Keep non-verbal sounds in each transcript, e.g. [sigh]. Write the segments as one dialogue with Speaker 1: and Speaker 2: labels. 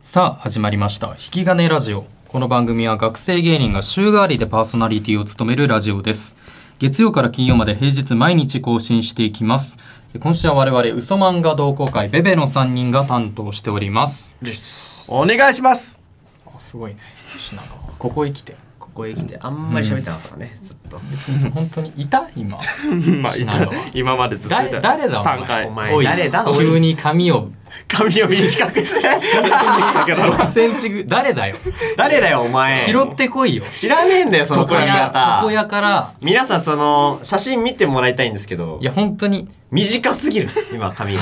Speaker 1: さあ始まりました「引き金ラジオ」この番組は学生芸人が週替わりでパーソナリティを務めるラジオです月曜から金曜まで平日毎日更新していきます今週は我々嘘漫画同好会ベベの3人が担当しております
Speaker 2: お願いします
Speaker 1: あすごいねなんかここへ来て
Speaker 2: ここへ来てあんまり喋ってなかったね、ずっと
Speaker 1: 別にさ本当にいた今
Speaker 3: まあい
Speaker 1: なる
Speaker 3: た
Speaker 1: ほど
Speaker 3: 今までずっとい
Speaker 1: 誰
Speaker 3: た
Speaker 1: 誰だお前
Speaker 3: 3
Speaker 2: お
Speaker 3: 回
Speaker 2: 前誰だ
Speaker 1: おい急に髪を
Speaker 3: 髪を短くして
Speaker 1: 6センチぐ誰だよ
Speaker 2: 誰だよお前
Speaker 1: 拾ってこいよ
Speaker 2: 知らねえんだよその
Speaker 1: 床
Speaker 2: 髪
Speaker 1: 屋床
Speaker 2: 型
Speaker 1: 屋から
Speaker 2: 皆さんその写真見てもらいたいんですけど
Speaker 1: いや本当に
Speaker 2: 短すぎる今髪が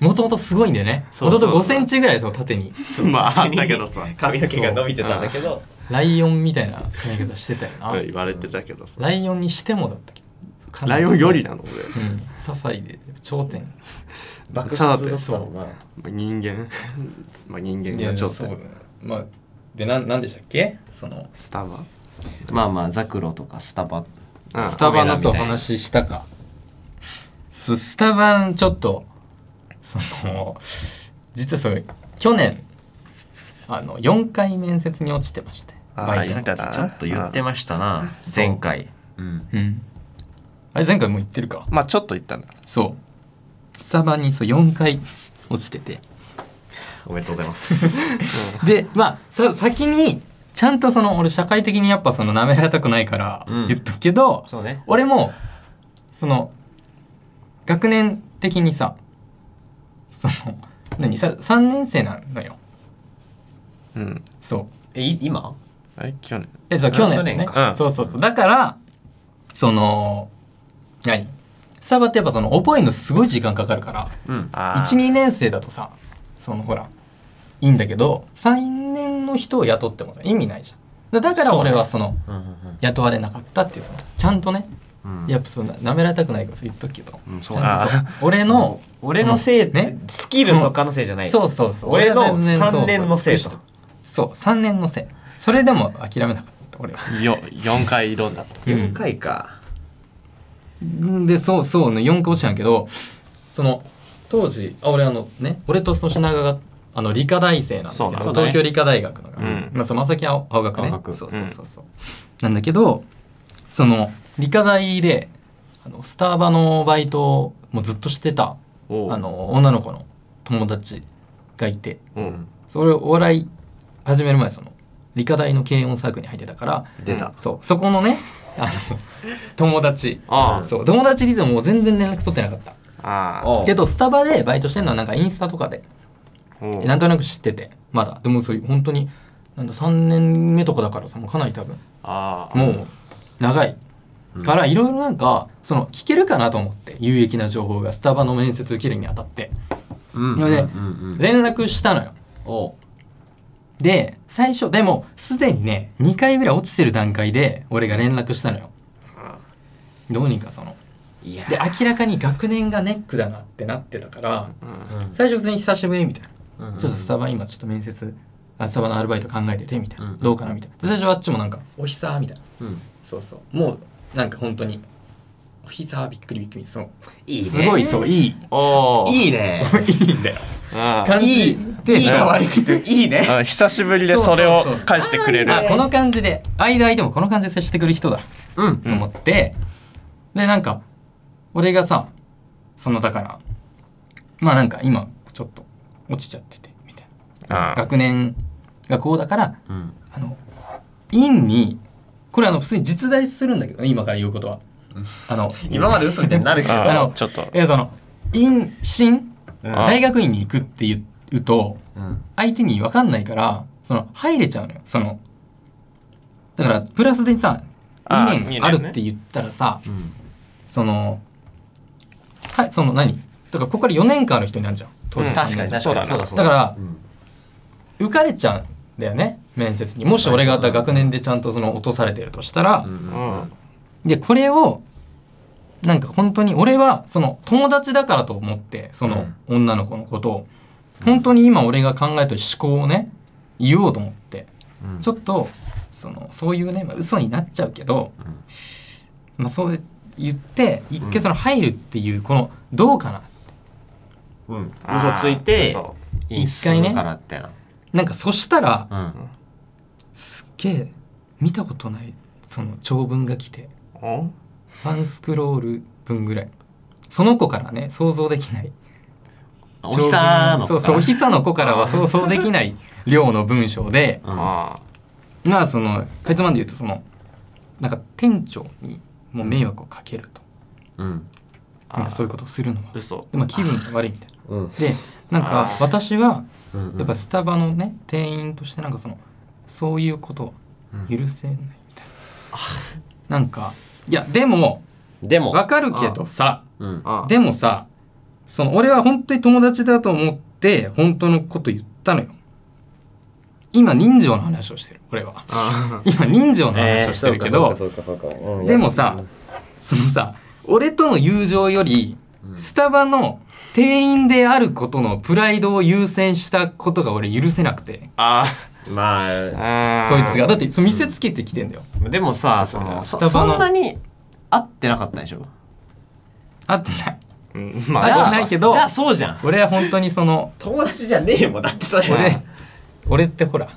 Speaker 1: もともとすごいんだよね。
Speaker 2: そ
Speaker 1: も
Speaker 2: うそ
Speaker 1: と
Speaker 2: う
Speaker 1: もと5センチぐらいですよ、縦に。
Speaker 3: [laughs] まああったけ
Speaker 1: [laughs]
Speaker 3: どさ
Speaker 2: [laughs] 髪の毛が伸びてたんだけど
Speaker 1: ライオンみたいな髪型してたよな。
Speaker 3: 言われてたけどさ
Speaker 1: ライオンにしてもだったけど。
Speaker 3: ライオンよりなの
Speaker 1: うん。サファリで頂点。
Speaker 2: 爆発だったのが
Speaker 3: 俺まあ人間 [laughs] まあ人間
Speaker 1: いや
Speaker 3: がちょっ
Speaker 1: そ
Speaker 3: と
Speaker 1: うまあ、で、なん、なんでしたっけその、
Speaker 3: スタバ
Speaker 2: まあまあザクロとかスタバ
Speaker 3: うん
Speaker 1: スタバの
Speaker 2: 俺らみた
Speaker 1: そう
Speaker 2: いな
Speaker 1: 話したか。そうスタバンちょっと、その、実はそれ、去年、あの、4回面接に落ちてまして。
Speaker 3: あ
Speaker 1: バイト
Speaker 3: 言ったな
Speaker 2: ちょっと言ってましたな
Speaker 1: そう
Speaker 2: 前回うん
Speaker 1: うん。あれ、前回も言ってるか。
Speaker 3: まあちょっと言ったな
Speaker 1: そう。スタバにそう4回落ちてて。
Speaker 2: おめでとうございます
Speaker 1: で、まあ、さ先に、ちゃんとその、俺社会的にやっぱその、舐められたくないから
Speaker 2: うん
Speaker 1: 言っとくけど、
Speaker 2: そうね
Speaker 1: 俺も、その、学年的にさ、その、何さ、3年生なのよ。
Speaker 3: うん
Speaker 1: そう。
Speaker 2: えい今
Speaker 3: あれ去年
Speaker 1: え、そう、去年の
Speaker 2: 去
Speaker 1: ね
Speaker 2: 年か
Speaker 3: うん
Speaker 1: そうそうそう。だから、その、何スタバってやっぱその、覚えるのすごい時間かかるから、
Speaker 2: うん
Speaker 3: あー
Speaker 1: 12年生だとさそのほらいいんだけど3年の人を雇ってもさ意味ないじゃんだだから俺はその
Speaker 2: うんうん
Speaker 1: 雇われなかったっていうそのちゃんとね
Speaker 2: うん
Speaker 1: やっぱそんな舐められたくないからそう言っとくけど、
Speaker 2: うん
Speaker 1: ち
Speaker 2: そう
Speaker 1: ゃんとそう
Speaker 3: あ
Speaker 1: 俺の
Speaker 2: [laughs] 俺のせい
Speaker 1: そのね
Speaker 2: スキルとかのせいじゃない
Speaker 1: そうそうそう
Speaker 2: 俺の
Speaker 1: は全然そうそう
Speaker 2: 3年のせいと
Speaker 1: そう3年のせいそれでも諦めなかった俺は、
Speaker 3: よ4回挑んだ
Speaker 2: 4回か
Speaker 1: うんでそうそうの4個落ちたんやけどその当時あ俺あのね俺と粗品があの理科大生なんだけ
Speaker 3: そ
Speaker 1: ど、
Speaker 3: うだね
Speaker 1: 東京理科大学の学生、
Speaker 3: うん
Speaker 1: まあ、その正木青青学ね
Speaker 2: 青学
Speaker 1: そうそうそうそう、なんだけどその理科大であのスタバのバイトをもうずっとしてた
Speaker 3: おう
Speaker 1: あの女の子の友達がいて
Speaker 3: うん
Speaker 1: それお笑い始める前その理科大の軽音サークルに入ってたから
Speaker 2: 出た
Speaker 1: そうそこのねあの友達
Speaker 3: あ
Speaker 1: そう友達でいてももう全然連絡取ってなかった
Speaker 3: あああ
Speaker 2: おう
Speaker 1: けどスタバでバイトしてるのはなんかインスタとかで
Speaker 3: おう
Speaker 1: なんとなく知っててまだでもそういう本当になんだ3年目とかだからさもうかなり多分
Speaker 3: ああ
Speaker 1: もう長いからいろいろなんかその聞けるかなと思って有益な情報がスタバの面接受けるにあたって
Speaker 2: うん
Speaker 1: ので
Speaker 2: うん
Speaker 1: 連絡したのよ
Speaker 2: おう
Speaker 1: で最初でもすでにね2回ぐらい落ちてる段階で俺が連絡したのよどうにかその
Speaker 2: いや
Speaker 1: で明らかに学年がネックだなってなってたから
Speaker 3: うん
Speaker 2: うん
Speaker 1: 最初普通に久しぶりみたいな
Speaker 2: うん
Speaker 1: ちょっとスタバ今ちょっと面接あスタバのアルバイト考えててみたいな、
Speaker 2: うん
Speaker 1: どうかなみたいなで最初あっちもなんか「おひさー」みたいな
Speaker 2: うん
Speaker 1: そうそうもうなんか本当に「おひさーびっくりびっくり」そう
Speaker 2: いいね
Speaker 1: すごいそういい
Speaker 3: おう
Speaker 2: いいね
Speaker 1: いいんだよ
Speaker 3: ああ
Speaker 1: 感
Speaker 2: いい
Speaker 1: じで
Speaker 2: いい
Speaker 1: そう
Speaker 2: か悪く
Speaker 1: [laughs]
Speaker 2: ていいね
Speaker 3: あ久しぶりでそれを返してくれる
Speaker 1: あこの感じで間相手もこの感じで接してくる人だ
Speaker 2: うん
Speaker 1: と思って、でなんか俺がさそのだからまあなんか今ちょっと落ちちゃっててみたいな
Speaker 3: あ
Speaker 1: 学年がこうだから
Speaker 2: うん
Speaker 1: あの院にこれあの普通に実在するんだけどね今から言うことはあの
Speaker 2: 今まで嘘みたいになるけど
Speaker 1: [laughs] あの
Speaker 3: ちょっと
Speaker 1: いやその院進
Speaker 2: うん
Speaker 3: あ
Speaker 1: 大学院に行くって言うと
Speaker 2: うん
Speaker 1: 相手に分かんないからその入れちゃうのよそのだからプラスでさ2
Speaker 3: あ二年
Speaker 1: 年
Speaker 3: ね
Speaker 1: あるって言ったらさ、
Speaker 2: うん
Speaker 1: そのはいその何だからここから4年間ある人になるじゃん当時
Speaker 3: う
Speaker 1: 3
Speaker 3: ん
Speaker 2: 確
Speaker 1: 年
Speaker 2: かに確か
Speaker 1: 生
Speaker 2: に
Speaker 3: そうだな
Speaker 2: そうだそう
Speaker 1: だから
Speaker 2: うん
Speaker 1: 受かれちゃうんだよね面接にもし俺が学年でちゃんとその落とされてるとしたら、
Speaker 2: うん
Speaker 3: うん
Speaker 1: でこれをなんか本当に俺はその友達だからと思ってその女の子のことを本当に今俺が考えてる思考をね言おうと思って
Speaker 2: うん
Speaker 1: ちょっとそのそういうね、まあ、嘘になっちゃうけど、まあ、そう言って一回その入るっていうこのどうかな
Speaker 2: うん嘘
Speaker 3: ああ
Speaker 2: ついて
Speaker 3: そう
Speaker 1: 一回ね
Speaker 2: いいっすからってな
Speaker 1: なんかそしたら
Speaker 2: うん。
Speaker 1: すっげえ見たことないその長文が来て
Speaker 3: お
Speaker 1: ワンスクロール分ぐらいその子からね想像できない
Speaker 2: お日さーの。
Speaker 1: そうそうおひさの子からは想像できない量の文章で [laughs]
Speaker 2: うん。うん。
Speaker 3: あ
Speaker 1: まあそのかいつまんで言うとそのなんか店長にもう迷惑をかけると
Speaker 2: うん。
Speaker 3: あ
Speaker 1: なんかそういうことをするのは
Speaker 3: 嘘
Speaker 1: で、まあ、気分が悪いみたいな
Speaker 2: うん。
Speaker 1: でなん
Speaker 3: あ
Speaker 1: か
Speaker 3: ー
Speaker 1: 私は
Speaker 2: うん
Speaker 1: やっぱ、スタバのね店員としてなんかそのそういうことを
Speaker 2: うん
Speaker 1: 許せないみたいななんかいやでも
Speaker 2: でも、
Speaker 1: わかるけどさ
Speaker 2: うん。
Speaker 3: あ
Speaker 1: でもさその俺は本当に友達だと思って本当のこと言ったのよ今人情の話をしてる俺は
Speaker 3: あ
Speaker 1: 今人情の話をしてるけど、
Speaker 2: そうかそうかそうかうん
Speaker 1: でもさそのさ俺との友情より
Speaker 2: うん
Speaker 1: スタバの店員であることのプライドを優先したことが俺許せなくて
Speaker 3: あ
Speaker 2: まあ、
Speaker 3: あ
Speaker 1: そいつがだってその見せつけてきてんだよ
Speaker 3: でもさ
Speaker 2: そ
Speaker 3: そ
Speaker 2: の
Speaker 3: の
Speaker 1: タバ
Speaker 2: そ
Speaker 1: の
Speaker 2: そんなに合ってなかったでしょ。
Speaker 1: 合ってない
Speaker 3: うんま
Speaker 1: あじ
Speaker 3: あ
Speaker 1: ゃないけど
Speaker 2: じゃあそうじゃん。
Speaker 1: 俺は本当にその
Speaker 2: 友達じゃねえもんだってそれ。
Speaker 1: 俺俺ってほら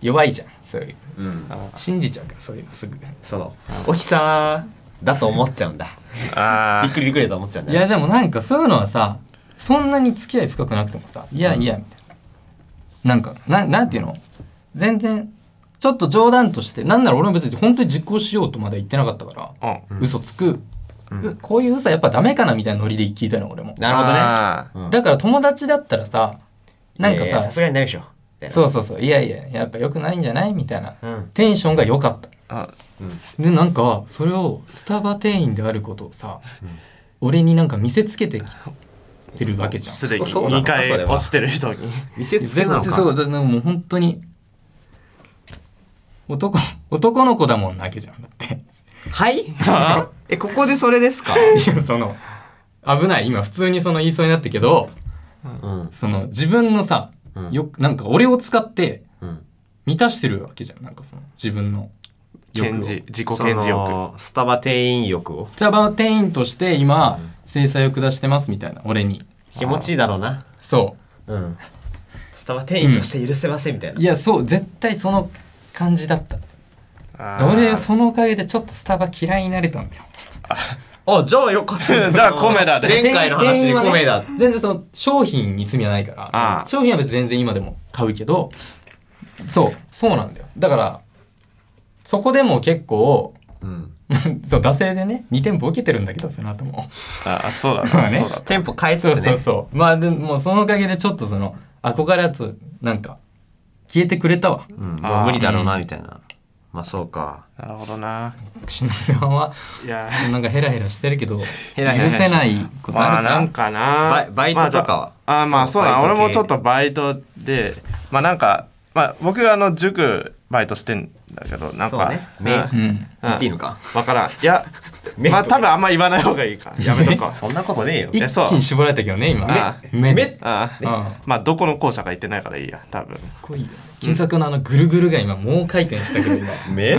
Speaker 1: 弱いじゃんそういう
Speaker 2: うん。
Speaker 1: 信じちゃうからそういうのすぐ
Speaker 2: その、お日さーだと思っちゃうんだ。
Speaker 3: あ
Speaker 2: びっくりびっくりだと思っちゃうんだ
Speaker 1: い
Speaker 2: よ。
Speaker 1: やでもなんかそういうのはさそんなに付き合い深くなくてもさ「いやいや」みたいななんかななんていうの全然ちょっと冗談としてなんなら俺も別に本当に実行しようとまでは言ってなかったから、
Speaker 3: あうん
Speaker 1: 嘘つく、うこういう嘘はやっぱダメかなみたいなノリで聞いたの俺も
Speaker 2: なるほどね。
Speaker 3: あ
Speaker 2: うん
Speaker 1: だから友達だったらさなんか
Speaker 2: いやいやさ
Speaker 1: さ
Speaker 2: すがにないでしょ。
Speaker 1: そうそうそういやいややっぱ良くないんじゃないみたいな、
Speaker 2: うん
Speaker 1: テンションが良かった
Speaker 3: あ
Speaker 1: でなんかそれをスタバ店員であることをさ、俺になんか見せつけてきてるわけじゃん
Speaker 3: すでに
Speaker 2: そそうなの
Speaker 3: 2回
Speaker 2: それは
Speaker 3: 落ちてる人に
Speaker 2: 見せつけ
Speaker 1: 絶
Speaker 2: な
Speaker 1: 対
Speaker 2: のか。
Speaker 1: そうだからもう本当に男男の子だもんなわけじゃんだって
Speaker 2: [laughs] はいえ、ここでそれですか
Speaker 1: いやその危ない今普通にその言いそうになったけど
Speaker 2: うん。
Speaker 1: その自分のさ、
Speaker 2: うん
Speaker 1: よなんか俺を使って
Speaker 2: うん。
Speaker 1: 満たしてるわけじゃんなんかその自分の欲を
Speaker 3: 検事自己
Speaker 2: そ
Speaker 3: 検事欲
Speaker 2: のスタバ店員欲を。
Speaker 1: スタバ店員として今
Speaker 2: うん
Speaker 1: 制裁を下してますみたいな俺に
Speaker 2: 気持ちいいだろうな。
Speaker 1: そ
Speaker 2: うん。スタバ店員として許せませんみたいうな。
Speaker 1: いやそう絶対その感じだった
Speaker 3: あー
Speaker 1: 俺そのおかげでちょっとスタバ嫌いになれたんだよ
Speaker 2: あ、じゃあよかった
Speaker 3: [laughs] じゃあコメダで
Speaker 2: 前回の話でコメダ。
Speaker 1: 全然その商品に罪はないか
Speaker 3: あ
Speaker 1: ら
Speaker 3: あ
Speaker 1: 商品は別に全然今でも買うけどそうそうなんだよだからそこでも結構 [laughs]
Speaker 2: うん。
Speaker 1: そう惰性でね2店舗受けてるんだけどその後
Speaker 2: [laughs]
Speaker 1: も
Speaker 3: あそうだ
Speaker 1: まあ
Speaker 3: な
Speaker 1: ね
Speaker 3: そうだ
Speaker 2: テンポ変えつ
Speaker 1: そう
Speaker 2: つ
Speaker 1: そう
Speaker 2: ね。
Speaker 1: そうまあでもそのおかげでちょっとその憧れやつなんか消えてくれたわ
Speaker 2: うん。もう無理だろうな、みたいな。まあそうか。
Speaker 3: なるほどな
Speaker 1: 篠山はい
Speaker 3: や
Speaker 1: なんかヘラヘラしてるけど
Speaker 2: ヘラヘラ
Speaker 1: 許せないこと
Speaker 3: ま
Speaker 1: あ
Speaker 3: あ
Speaker 1: る
Speaker 3: なん
Speaker 1: か
Speaker 3: かな
Speaker 2: バイバイトとかは
Speaker 3: まあ、あーまあそうだな
Speaker 2: バイト
Speaker 3: 俺
Speaker 2: 系
Speaker 3: もちょっとバイトでまあなんかまあ僕あの塾バイトしてんだけどなん
Speaker 2: そう
Speaker 3: か
Speaker 2: ね
Speaker 3: うん
Speaker 2: メイン
Speaker 3: うん
Speaker 1: うん
Speaker 3: うん
Speaker 2: 言っていいのか
Speaker 3: わからんい
Speaker 2: [laughs]
Speaker 3: や
Speaker 2: メイン
Speaker 3: まあ
Speaker 2: とか
Speaker 3: 多分あんま言わない方がいいからやめとこう
Speaker 2: そんなことねえよ。
Speaker 1: 一
Speaker 3: そう
Speaker 1: 気に絞られたけどね今
Speaker 3: あ
Speaker 1: 目
Speaker 2: 目
Speaker 1: で
Speaker 3: あー
Speaker 1: うん
Speaker 3: まあどこの校舎か言ってないからいいや多分
Speaker 1: すごいよ金作のあのぐるぐるが今猛回転したけど今
Speaker 2: 目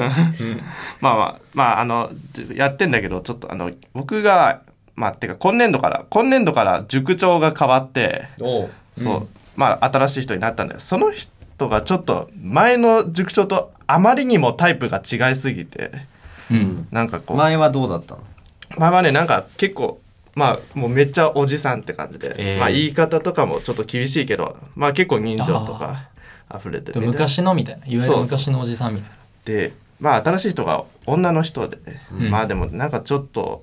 Speaker 3: まあまあまああのじやってんだけどちょっとあの僕がまあてか今年度から今年度から塾長が変わって
Speaker 2: おう。
Speaker 3: そう、まあ新しい人になったんだけどその人がちょっと前の塾長とあまりにもタイプが違いすぎて
Speaker 1: うん
Speaker 3: なんかこう、
Speaker 2: 前はどうだったの
Speaker 3: まあまあねなんか結構まあもうめっちゃおじさんって感じで、
Speaker 2: えー
Speaker 3: まあ言い方とかもちょっと厳しいけどまあ結構人情とか溢れて
Speaker 1: で
Speaker 3: て
Speaker 1: 昔のみたいないわゆる
Speaker 3: そう
Speaker 1: 昔のおじさんみたいな
Speaker 3: でまあ新しい人が女の人で、
Speaker 1: うん
Speaker 3: まあでもなんかちょっと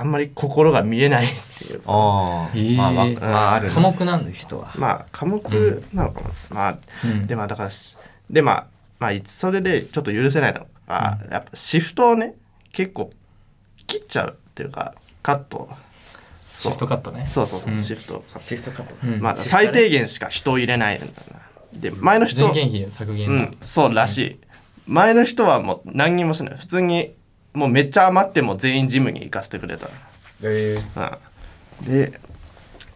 Speaker 3: あんまり心が見えないっていう
Speaker 2: あ
Speaker 1: へえ
Speaker 2: あ。まあまああるね
Speaker 1: 寡黙なんだ
Speaker 2: そういう人は。
Speaker 3: まあ科目なのかな、まあ
Speaker 1: うん
Speaker 3: でまあだからしでまあまあいそれでちょっと許せないのが、やっぱシフトをね結構切っちゃうっていうかカット
Speaker 1: シ
Speaker 3: そう
Speaker 1: フトカットね
Speaker 3: そうそうそう、
Speaker 1: うん
Speaker 3: シフトをカッ
Speaker 2: シフトカット。
Speaker 1: う
Speaker 3: ト、
Speaker 1: ん
Speaker 3: まあ
Speaker 2: シフトね
Speaker 3: 最低限しか人を入れないんだなで前の人
Speaker 1: 人件費削
Speaker 3: う
Speaker 1: 減だ
Speaker 3: ん、そうらしい、前の人はもう何にもしない普通にもうめっちゃ余っても全員ジムに行かせてくれた、
Speaker 2: え
Speaker 3: うん、で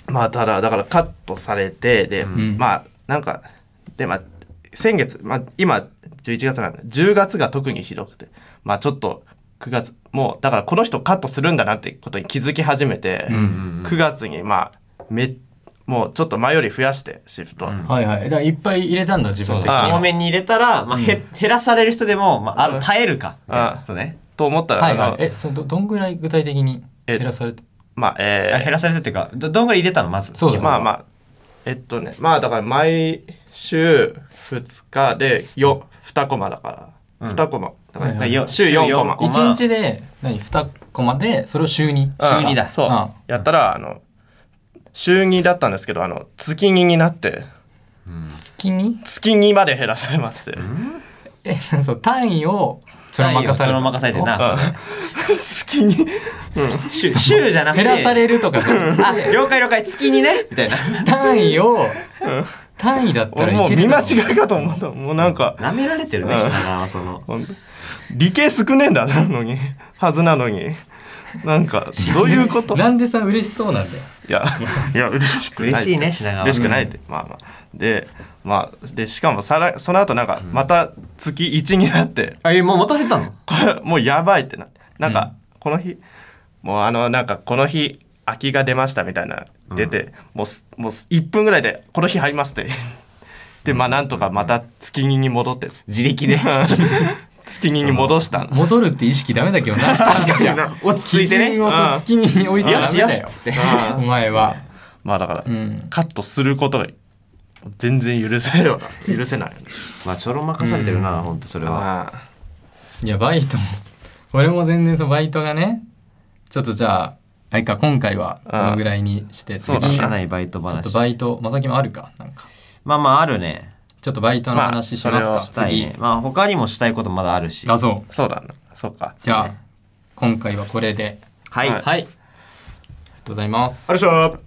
Speaker 3: まあただだからカットされてで、
Speaker 1: ん
Speaker 3: まあなんかでまあ先月、まあ、今11月なんで10月が特にひどくてまあちょっと9月もうだからこの人カットするんだなってことに気づき始めて、
Speaker 1: うん
Speaker 3: 9月にまあめもうちょっと前より増やしてシフト、
Speaker 4: うん
Speaker 1: はいはい。だからいっぱい入れたんだ、自分的に
Speaker 3: あ
Speaker 1: は。
Speaker 2: 多めに入れたら、まあ、へ減らされる人でも、まあ、ある耐えるかみたいなことね
Speaker 3: と思ったら、
Speaker 1: はい
Speaker 3: あ
Speaker 1: はい
Speaker 3: の。
Speaker 1: え、そのどどんぐらい具体的に
Speaker 3: え
Speaker 1: 減らされて
Speaker 3: まあえ
Speaker 2: あ
Speaker 3: ー
Speaker 2: 減らされてっていうかどどんぐらい入れたのまず
Speaker 1: そうだね
Speaker 3: まあまあえっとねまあだから毎週2日でよ2コマだか
Speaker 2: う
Speaker 3: ら、
Speaker 2: ん
Speaker 3: 2コマだか
Speaker 1: は
Speaker 3: ら、
Speaker 1: い
Speaker 2: だからよ
Speaker 3: 週
Speaker 2: 四
Speaker 3: 四コマ
Speaker 2: コマ
Speaker 1: 1日で何2コマでそれを週に
Speaker 3: うん
Speaker 2: 週二だ
Speaker 3: そう、
Speaker 1: うん
Speaker 3: やったらあの週2だったんですけどあの月2になって
Speaker 1: 月に
Speaker 3: 月2まで減らされまして、
Speaker 1: え [laughs] そう単位をちょろまかされた
Speaker 2: ちょろまかされてんな
Speaker 3: う
Speaker 2: それ
Speaker 3: ん
Speaker 2: ね
Speaker 3: [laughs] 月に
Speaker 2: 週週じゃなくて
Speaker 1: 減らされるとかじゃなくて
Speaker 2: あ了解了解月にねみたいな
Speaker 1: 単位を単位だった
Speaker 3: 俺
Speaker 1: ら
Speaker 3: も
Speaker 1: いうける
Speaker 3: 見
Speaker 1: だ
Speaker 3: 間
Speaker 1: ろ
Speaker 3: 違いかと思ったもうなんか
Speaker 2: なめられてる
Speaker 3: う
Speaker 2: ね
Speaker 3: ん
Speaker 2: 品川はその
Speaker 3: ほんと理系少ねえんだなのにはずなのになんかどういうこと
Speaker 1: なんでさ嬉しそうなんだよ
Speaker 3: いや、いや、嬉しくない。
Speaker 2: 嬉しいね品川
Speaker 3: 嬉しくないって。まあまあ。で、まあ、で、しかもさら、その後なんか、また月1になって、
Speaker 2: あえもうまた減ったの
Speaker 3: これ、もうやばいってなって。なんか、この日、もうあの、なんか、この日、空きが出ましたみたいな、出て、もうす、もうす1分ぐらいで、この日入りますって。で、まあ、なんとかまた月2に戻って、
Speaker 2: 自力で
Speaker 3: [laughs] 月2に戻したの。
Speaker 1: 戻るって意識ダメだけどな
Speaker 3: 確かに
Speaker 1: [laughs]
Speaker 3: な。
Speaker 2: 落ち着いて
Speaker 1: 基
Speaker 2: ね
Speaker 1: 準をさ
Speaker 3: うん
Speaker 1: 月に置いて
Speaker 2: よ
Speaker 1: ダ
Speaker 2: し
Speaker 1: メ
Speaker 2: よ
Speaker 1: だ
Speaker 2: し
Speaker 1: よ
Speaker 2: っつって
Speaker 1: お前は
Speaker 3: まあ、だから、
Speaker 1: うん
Speaker 3: カットすることが、全然許せないよな。許せないよね。
Speaker 2: まあちょろまかされてるな本当それは
Speaker 3: ああ
Speaker 1: いやバイトも俺も全然そのバイトがねちょっとじゃああいか今回はこのぐらいにして次
Speaker 3: そうだね
Speaker 1: ち
Speaker 2: 知
Speaker 1: ょ
Speaker 2: らないバイト
Speaker 1: っと
Speaker 2: 話
Speaker 1: バイトまさきもあるかなんか
Speaker 2: まあまああるね
Speaker 1: ちょっとバイトの話します
Speaker 3: まあ
Speaker 1: か
Speaker 3: そ
Speaker 2: したい
Speaker 1: 次
Speaker 2: ねまあ他にもしたいことまだあるし
Speaker 1: 画像
Speaker 3: そうだな。そうか。
Speaker 1: じゃ
Speaker 2: そう
Speaker 1: あ
Speaker 2: ね
Speaker 1: 今回はこれで
Speaker 2: はい
Speaker 1: はいありがとうございます
Speaker 3: ありがとうございました。